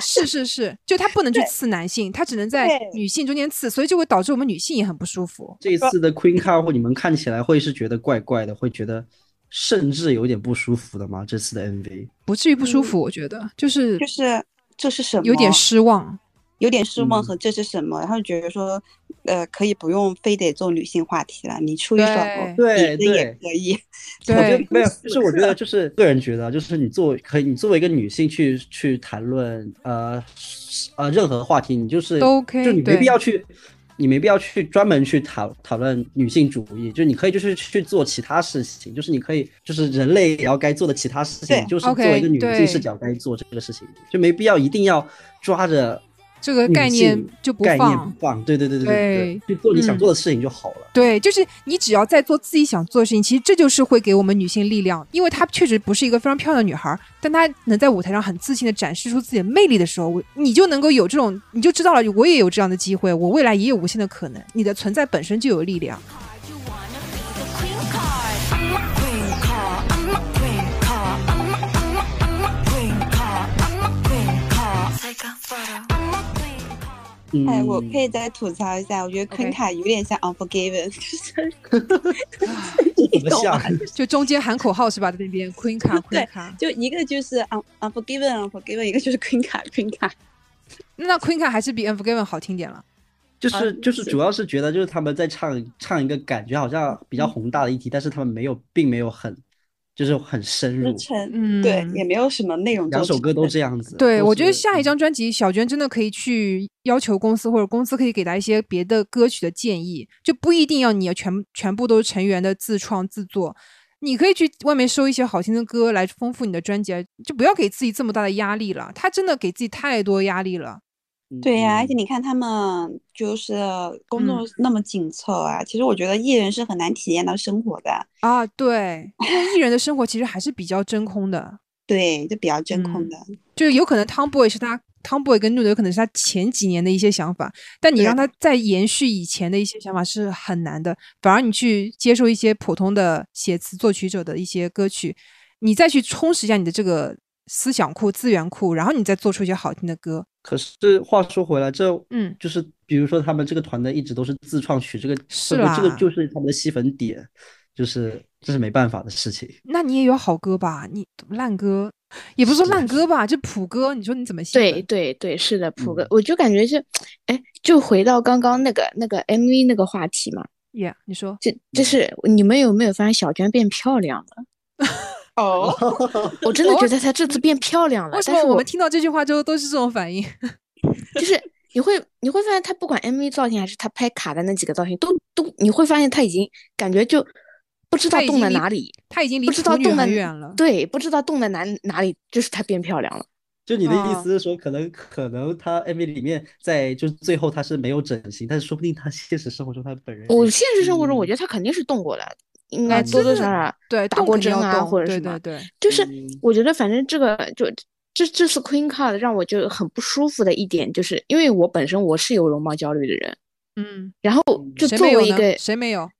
是是是，就他不能去刺男性，他只能在
对
女性中间刺，所以就会导致我们女性也很不舒服。
这一次的 Queen Card 会你们看起来会是觉得怪怪的，会觉得甚至有点不舒服的吗？这次的 MV
不至于不舒服，我觉得就是
嗯就是这是什么，
有点失望。
有点失望
嗯
和这是什么，然后觉得说，呃，可以不用非得做女性话题了，你出一首
对
对
别的也
对，
可以。
我觉得
对，
没有，就是我觉得就是个人觉得，啊就是你作为可以，你作为一个女性去去谈论呃呃任何话题，你就是
都 OK，
就你没
对
必要去，你没必要去专门去讨讨论女性主义，就你可以就是去做其他事情，就是你可以就是人类也要该做的其他事
对
情，就是作
OK，
为一个女
对
性视角该做这个事情，就没必要一定要抓着
这个
女
概念
性
就不
概念
放
不。放，对对对对对，去做你想
嗯
做的事情就好了。
对，就是你只要在做自己想做的事情，其实这就是会给我们女性力量，因为她确实不是一个非常漂亮的女孩儿，但她能在舞台上很自信的展示出自己的魅力的时候，我你就能够有这种，你就知道了，我也有这样的机会，我未来也有无限的可能，你的存在本身就有力量。
You wanna be the queen card. I'm a queen card. I'm a queen card. I'm a, I'm a, I'm a queen card. I'm a queen card. Take a photo. I'm a queen card.
嗯，
哎，我可以再吐槽一下，我觉得昆卡有点像 Unforgiven，就是
怎么像？
就中间喊口号是吧？在那边 queen 卡 queen 卡，
就一个就是 Un Unforgiven Unforgiven，一个就是 Queen 卡 Queen 卡。
那 queen 卡还是比 unforgiven 好听点了。
就是就是，主要是觉得就是他们在唱唱一个感觉好像比较宏大的议题，但是他们没有，并没有很，就是很深入
日。程，
嗯，
对，也没有什么内容。
两首歌都这样子。
对，
都
我觉得
是
下一
嗯
张专辑，小娟真的可以去要求公司，或者公司可以给她一些别的歌曲的建议，就不一定要你全全部都是成员的自创自作。你可以去外面搜一些好听的歌来丰富你的专辑，就不要给自己这么大的压力了。她真的给自己太多压力了。
对呀、而且
嗯
你看他们就是工
嗯
作那么紧凑啊，其实我觉得艺人是很难体验到生活的，
啊，对，因为艺人的生活其实还是比较真空的，
对，就比较真空
嗯
的。
就是有可能 Tomboy 是他 Tomboy 跟 Nude 有可能是他前几年的一些想法，但你
对
让他再延续以前的一些想法是很难的。反而你去接受一些普通的写词作曲者的一些歌曲，你再去充实一下你的这个思想库、资源库，然后你再做出一些好听的歌。
可是话说回来，这
嗯，
就是比如说他们这个团队一直都是自创曲，这个
是
这个这个
啦
就是他们的吸粉点，就是这是没办法的事情。
那你也有好歌吧？你烂歌也不是说
是
烂歌吧，就普歌，你说你怎么写？
对对对，是的，普哥
嗯，
我就感觉是，哎，就回到刚刚那个那个 MV 那个话题嘛，
，Yeah，你说
这这是你们有没有发现小娟变漂亮了？
哦，
我真的觉得她这次变漂亮了
为，什
但
么
是
我
我
们听到这句话之后都是这种反应？
就是你会你会发现她不管 MV 造型还是她拍卡的那几个造型，都都你会发现她已经感觉就不知道
她已
动
经
了
离
哪里，
他已经离
不知道
腐女
动了
很远了。
对，不知道动了哪哪里，就是她变漂亮了。
就你的意
哦
思是说，可能可能他 MV 里面在就是最后他是没有整形，但是说不定他现实生活中他本人
我
也
现实生活中，我
嗯
觉得她肯定是动过了，应
啊
该多多
真的
少少。
对，
打
动
过
肯定
针
要
啊
动
或者
对
什
对
么
对，
就是
嗯
我觉得反正这个就这这次 Queen Card 让我就很不舒服的一点，就是因为我本身我是有容貌焦虑的人，
嗯，
然后就
谁
作
没有
为一
呢
个
谁没有？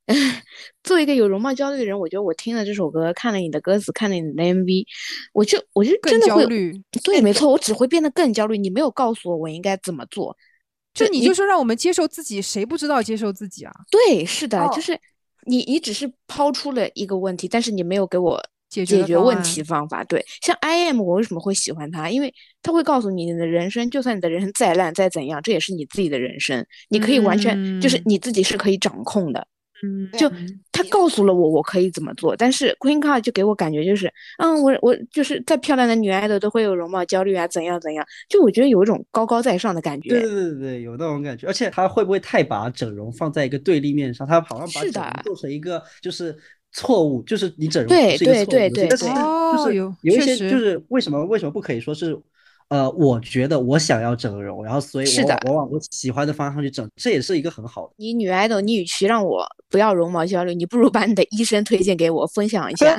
作为一个有容貌焦虑的人，我觉得我听了这首歌，看了你的歌词，看了你的 MV，我就我就
更
真的
焦
会，
虑。
对，没错，我只会变得更焦虑。你没有告诉我我应该怎么做，
就
这
你就说让我们接受自己，谁不知道接受自己啊？
对，是的，
哦
就是你你只是抛出了一个问题，但是你没有给我
解决
解
的
决
方
问
案
题方法。对，像 I am，我为什么会喜欢他？因为他会告诉你，你的人生，就算你的人生再烂再怎样，这也是你自己的人生，你可以完全就是
嗯
你自己是可以掌控的。
嗯，
就
他告诉了我我可以怎么做，但是 Queen Card 就给我感觉就是，嗯，我我就是再漂亮的女 idol 都会有容貌焦虑啊，怎样怎样，就我觉得有一种高高在上的感觉。
对对对对，有那种感觉，而且他会不会太把整容放在一个对立面上？他好像把
是
整
的
容做成一个就是错误，就是你整容
对
是一个错误
对
的
对
事
对
但是
对
哦
就是
有
有一
确
些
实
就是为什么为什么不可以说是，呃，我觉得我想要整容，然后所以
是
我
的
往我往我喜欢的方向去整，这也是一个很好的。
你女 idol，你与其让我不要容貌焦虑，你不如把你的医生推荐给我分享一下，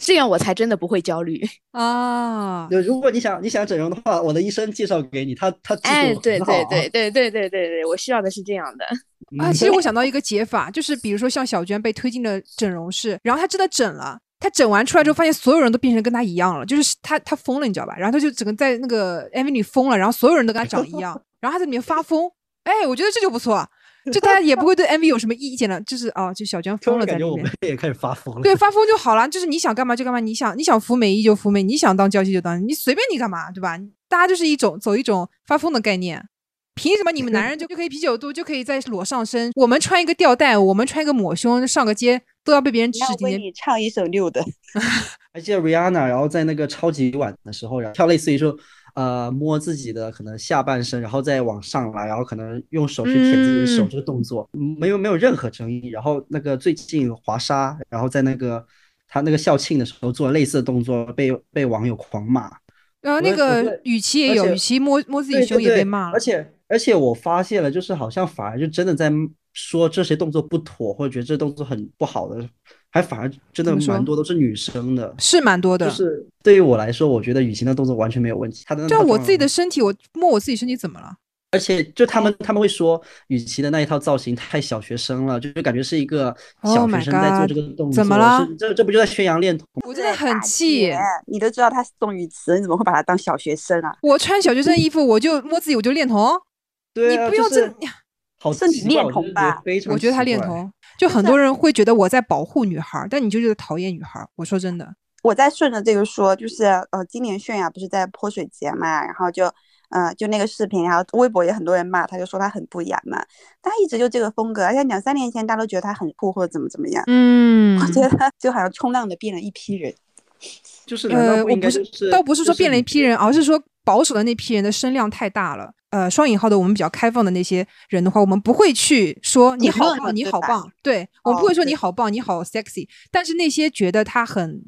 这样我才真的不会焦虑。
啊，
就如果你想你想整容的话，我的医生介绍给你，他他技
哎，
术
对
很好
对
啊
对对对对对对，我需要的是这样的。
啊，
嗯
其实我想到一个解法，就是比如说像小娟被推进了整容室，然后她真的整了。她整完出来之后，发现所有人都变成跟她一样了，就是她她疯了，你知道吧？然后她就整个在那 个 MV 里疯了，然后所有人都跟她长一样，然后她在里面发疯，哎，我觉得这就不错。就大家也不会对 MV 有什么意见了，就是哦，就小娟
突
疯
然
了
感
在
觉
里
我
面
们。也开始发疯了。
对，发疯就好了，就是你想干嘛就干嘛，你想你想服美役就服美，你想当娇妻就当，你随便你干嘛，对吧？大家就是一种走一种发疯的概念，凭什么你们男人就就可以啤酒肚，就可以在裸上身？我们穿一个吊带，我们穿一个抹胸，上个街都要被别人指
那
指
我
点
为
点。
你唱一首六的，
还记得 Rihanna，然后在那个超级碗的时候，然后跳类似于说，呃，摸自己的可能下半身，然后再往上拉，然后可能用手去舔自己的手
嗯
这个动作，没有没有任何争议。然后那个最近华莎，然后在那个她那个校庆的时候做了类似的动作，被被网友狂骂。
然后
我
那
也我
个
也
雨琦也
而
有，
且
雨琦摸摸自己
对
胸
对
也被
对
骂了
而。且而且我发现了，就是好像反而就真的在说这些动作不妥，或者觉得这动作很不好的，还反而真的
怎么说
蛮多都是女生的。
是蛮多的，
就是对于我来说，我觉得雨晴的动作完全没有问题，她的那
对啊
套
我
妆
自己的身体，我摸我自己身体怎么了？
而且就他们他们会说雨琦的那一套造型太小学生了，就就感觉是一个
Oh
小
my
学生在做
God，
这个动作，
怎么了
是这这不就在宣扬恋童？
我真的
大
很
姐
气。
你都知道他是宋雨琦，你怎么会把他当小学生啊？
我穿小学生衣服，我就摸自己，我就恋童。
对啊，
你不
就
要
是
这
好
是你
奇怪
恋
我就
童
觉得
吧
非常
我觉得他
奇
恋
怪。
童，就很多人会觉得我在保护女孩儿，但你就是在讨厌女孩儿。我说真的，
我再顺着这个说，就是呃，今年泫雅不是在泼水节嘛，然后就呃就那个视频，然后微博也很多人骂，他就说他很不雅嘛，他一直就这个风格，而且两三年前大家都觉得他很酷或者怎么怎么样，
嗯
啊
我觉得他就好像冲浪的变了一批人，
就是难道
呃，我
应该
不，
就是
倒不是
就
说变了一
你
批人，而是说保守的那批人的声量太大了。呃，双引号的我们比较开放的那些人的话，我们不会去说你
评
好
论
棒，
了
你
对
好
吧
棒，对我们不
哦
会说
对
你好棒，你好 sexy。但是那些觉得他很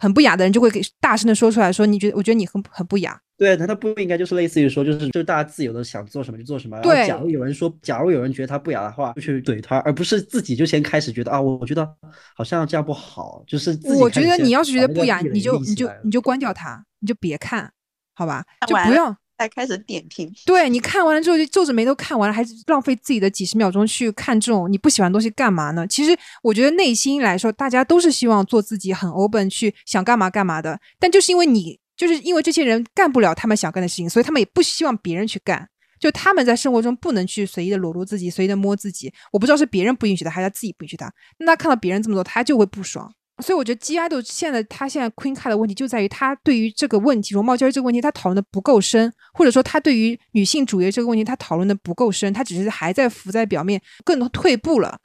很不雅的人，就会给大声的说出来说，你觉得我觉得你很很不雅。
对，难道不应该就是类似于说，就是就大家自由的想做什么就做什么？然后
对
假如有人说，假如有人觉得他不雅的话，就去怼他，而不是自己就先开始觉得啊，我觉得好像这样不好，就是自己
我
开
觉
始
得
先
你要是觉得
把那
不
个
雅，
壁垒
你就
立
你
起
就
来了
你就关掉它，你就别看，好吧？就
完
不
了
要
再开始点评。
对你看完了之后就皱着眉头看完了，还是浪费自己的几十秒钟去看这种你不喜欢的东西干嘛呢？其实我觉得内心来说，大家都是希望做自己，很 open 去想干嘛干嘛的。但就是因为你，就是因为这些人干不了他们想干的事情，所以他们也不希望别人去干。就他们在生活中不能去随意的裸露自己，随意的摸自己。我不知道是别人不允许他，还是他自己不允许他。那他看到别人这么做，他就会不爽。所以我觉得 G I 的现在他现在 Queen Card 的问题就在于他对于这个问题容貌焦虑这个问题，他讨论的不够深，或者说他对于女性主义这个问题，他讨论的不够深，他只是还在浮在表面，更退步了。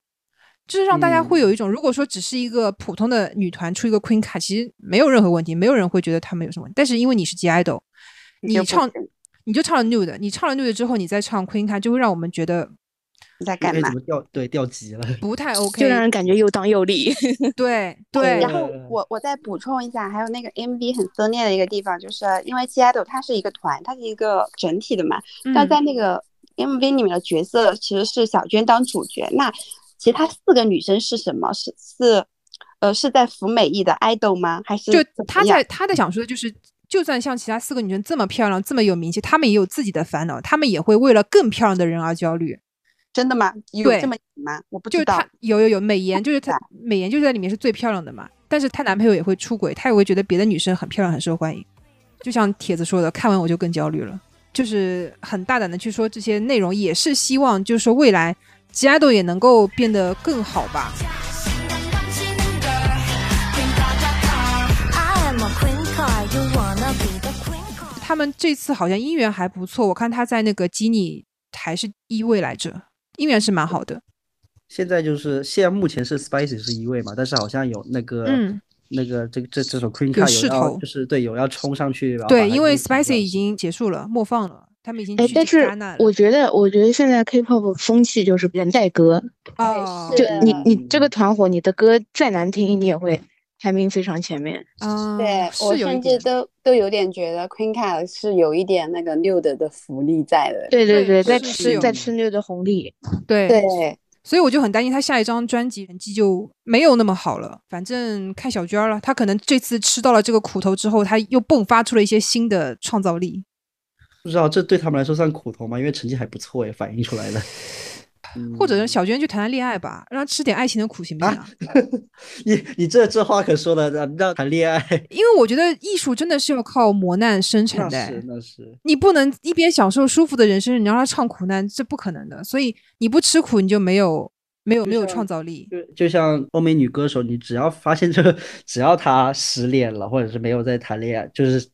就是让大家
嗯
会有一种，如果说只是一个普通的女团出一个 Queen Card，其实没有任何问题，没有人会觉得他们有什么问题。但是因为你是 G I d
你就
你
不
唱
行
你就唱了 Nude，你唱了 Nude 之后，你再唱 Queen Card，就会让我们觉得
你在
哎
干嘛
怎？么掉对掉级了？
不太
就让
OK。
人感觉又当又立。
对对
然后
呃
我我再补充一下，还有那个 MV 很分裂的一个地方，就是因为 G IDOL 它是一个团，它是一个整体的嘛，
嗯
但在那个 MV 里面的角色其实是小娟当主角，那其他四个女生是什么？是是呃是在服美役的 idol 吗？还是
就
怎么
他
样
在他在想说的就是，就算像其他四个女生这么漂亮、这么有名气，她们也有自己的烦恼，她们也会为了更漂亮的人而焦虑。
真的吗？有
对
这么演吗？我不
就
知
是
道
她。有有有美颜，就是她
对
美颜就是在里面是最漂亮的嘛，但是她男朋友也会出轨，她也会觉得别的女生很漂亮、很受欢迎。就像帖子说的，看完我就更焦虑了。就是很大胆的去说这些内容，也是希望就是说未来 G idol 也能够变得更好吧。
자신감 넘치는 걸 queen card I am a queen card. You wanna be the queen card.
他们这次好像姻缘还不错，我看他在那个基尼还是一位来着，姻缘是蛮好的。
现在就是现在目前是 Spicy 是一位嘛，但是好像有那个
嗯
那个这这这首 Queen
有
Card
势
有要
头
就是对有要冲上去，然后把
对，
它
因为
给砍
Spicy
掉
已经结束了，莫放了，他们已经
哎
去，
但是
戛纳了。
我觉得，我觉得现在 K-pop 风气就是人带歌，
哦，
就
对
你你这个团伙，你的歌再难听，你也会排名非常前面。
啊，
对我
是有一
甚
点
至都都有点觉得 Queen Card 是有一点那个六的的福利在的。
对对
对
对，在
是是
吃
有
在吃虐的红利。
对
对，
所以我就很担心他下一张专辑成绩就没有那么好了。反正看小娟儿了，她可能这次吃到了这个苦头之后，她又迸发出了一些新的创造力。
不知道这对他们来说算苦头吗？因为成绩还不错耶，反映出来的。嗯
或者小娟去谈谈恋爱吧，让她吃点爱情的苦行不行啊？
你你这这话可说的，让让谈恋爱，
因为我觉得艺术真的是要靠磨难生成
那
的
是
哎，
那是，
你不能一边享受舒服的人生，你让他唱苦难，这不可能的。所以你不吃苦，你就没有没有没有创造力。
就就像欧美女歌手，你只要发现这个，只要她失恋了，或者是没有在谈恋爱，就是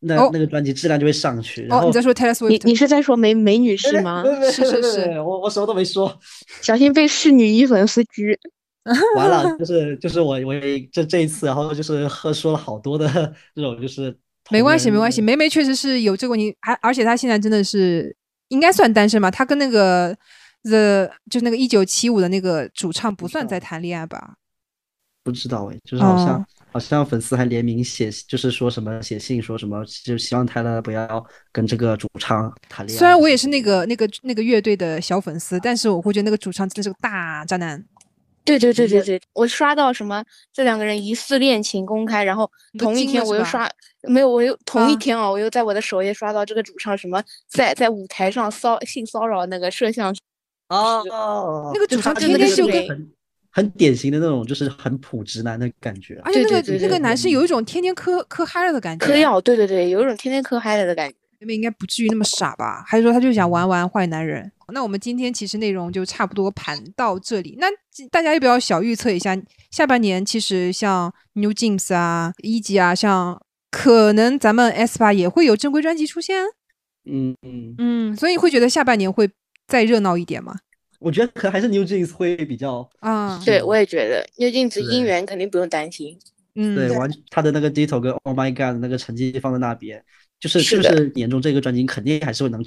那、
哦
那个专辑质量就会上去。然
哦，
后
你在说 Taylor
你
Swift？
你是在说美美女是 吗？
是是是，
我我什么都没说。
小心被侍女一粉丝狙。
完了，就是就是我我也这这一次，然后就是喝说了好多的 这种就是。
没关
嗯
系，没关系。梅梅确实是有这个问题，还而且她现在真的是应该算单身吧？她跟那个 The 就那个一九七五的那个主唱不算在谈恋爱吧？
不知道哎，就是好像、
哦
好像粉丝还联名写，就是说什么写信说什么，就希望泰勒不要跟这个主唱谈恋爱。
虽然我也是那个那个那个乐队的小粉丝，但是我会觉得那个主唱真的是个大渣男。
对对对对对，我刷到什么这两个人疑似恋情公开，然后
你都
同一
惊
天
了
我
是
又
吧
刷，没有，我又同一
啊
天哦，我又在我的首页刷到这个主唱什么在在舞台上骚性骚扰那个摄像师，
哦，
那个
就
主唱
他
天
那个
天
就是
就跟
很很典型的那种，就是很普直男的感觉。
而且那
对
个
对对
那个
对
男生
对
有一种天天嗑嗑嗨了的感觉，
嗑药，对对对，有一种天天嗑嗨了的感觉。
妹妹应该不至于那么傻吧？还是说他就想玩玩坏男人？那我们今天其实内容就差不多盘到这里。那大家要不要小预测一下，下半年其实像 New Jeans 啊、一级啊，像可能咱们 S 八也会有正规专辑出现，
嗯嗯，
嗯，所以会觉得下半年会再热闹一点嘛？
我觉得可能还是 New Jeans 会比较，
啊，
对，
嗯
我也觉得牛镜子
对
姻缘肯定不用担心。
嗯
对，，完他的那个 Ditto 跟 Oh My God 的那个成绩放在那边，就是
是
就
的
是年终这个专辑肯定还是会能，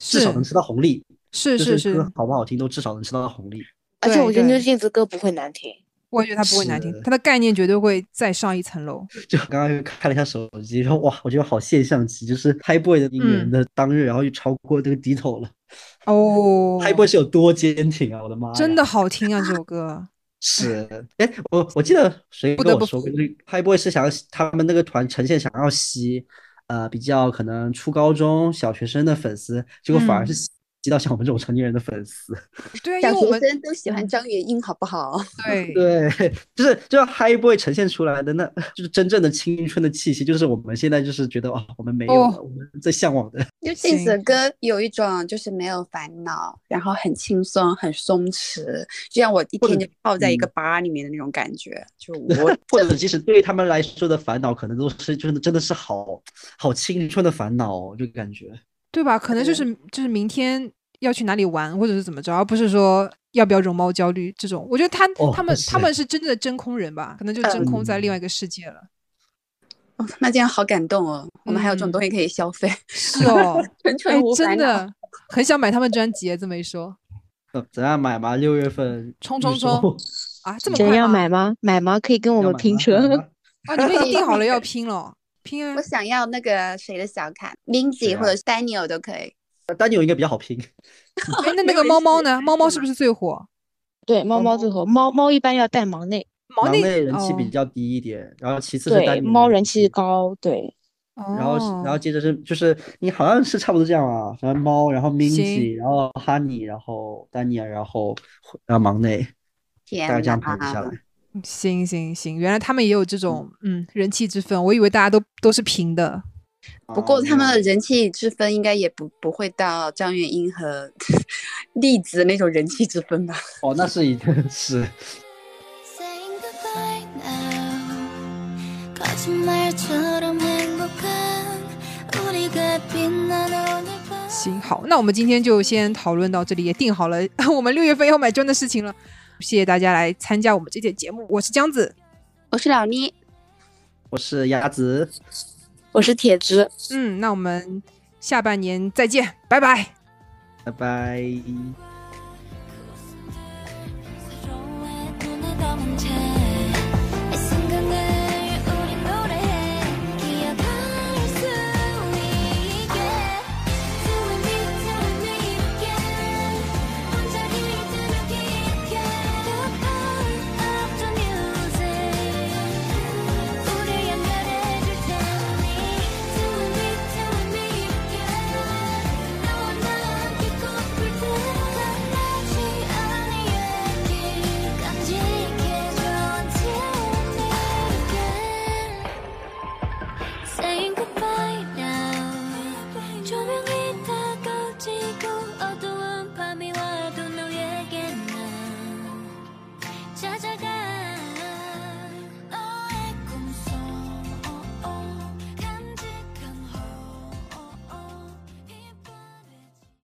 至少
是
能吃到红利，
是
就是是
是
歌，好不好听都至少能吃到红利。
而且
对
我觉得牛
对
镜子歌不会难听。
我也觉得他不会难听
是，
他的概念绝对会再上一层楼。
就刚刚又看了一下手机，然后哇，我觉得好现象级，就是 High Boy 的姻缘
嗯
的当日，然后又超过这个 Ditto 了。
哦，
High Boy 是有多坚挺啊！我的妈呀，
真的好听啊，这首歌。
是，哎，我我记得谁
不
跟
得
我
不
说过，
服
就是 High Boy 是想要他们那个团呈现想要吸，呃，比较可能初高中小学生的粉丝，结果反而
嗯
是吸吸到像我们这种成年人的 粉丝。
对啊，因
小
为我
学
们
生都喜欢张元英，好不好？
对
对，就是就是 High Boy 呈现出来的那，就是真正的青春的气息，就是我们现在就是觉得啊、我们没有
哦
了，我们在向往的。
就这首
行
歌有一种就是没有烦恼，然后很轻松、很松弛，就像我一
或者
天就泡在一个
嗯
吧里面的那种感觉。就我
或者即使对他们来说的烦恼，可能都是真的真的是好好青春的烦恼哦，就感觉。
对吧？可能就
对
是就是明天要去哪里玩，或者是怎么着，而不是说要不要容貌焦虑这种。我觉得他、
哦
他们
是呃嗯
他们是真正的真空人吧，可能就真空在另外一个世界了。
哦那这样好感动哦，我们还有这
嗯
种东西可以消费，
是哦，
啊
纯
哎
纯无，
真
烦恼。
的很想买他们专辑，这么一说
呃怎样买嘛？六月份
冲
预
冲冲
售
啊，这么
真
快
要
吗
买吗？买吗？可以跟我
要
们
买
拼
吗买
车。
吗
啊，你们已经定好了要拼了，拼啊
我！想要那个谁的小卡，Lindsay
啊
或者是 Daniel 都可以。
丹牛应该比较好拼。
哎， 那那个猫猫呢？猫猫是不是最火？
对，猫猫最后，猫猫一般要带盲内，
毛
狼
内
类人气比
哦
较低一点，然后其次是
对，
丹牛
猫人气
低
高，对，
然后是，然后
哦
接着是，就是你好像是差不多这样啊，然后猫，然后 Minzy，
行
然后 Honey，然后丹尼尔，然后然后忙内，
天
大概这样
哪
排比下来。
行行行，原来他们也有这种嗯人气之分，我以为大家都都是平的。
不过
啊
他
没有
们的人气之分应该也不不会到张元英和 栗子那种人气之分吧。
哦，那是一定是
Saying goodbye now 거짓말처럼 행복한 우리가 빛난 오늘 밤
行，好，那我们今天就先讨论到这里，也定好了 我们六月份要买砖的事情了。谢谢大家来参加我们这期的节目，我是江子，
我是老妮，
我是鸭子，
我是铁子，
嗯，那我们下半年再见，拜拜。
拜拜。
그 어, 어,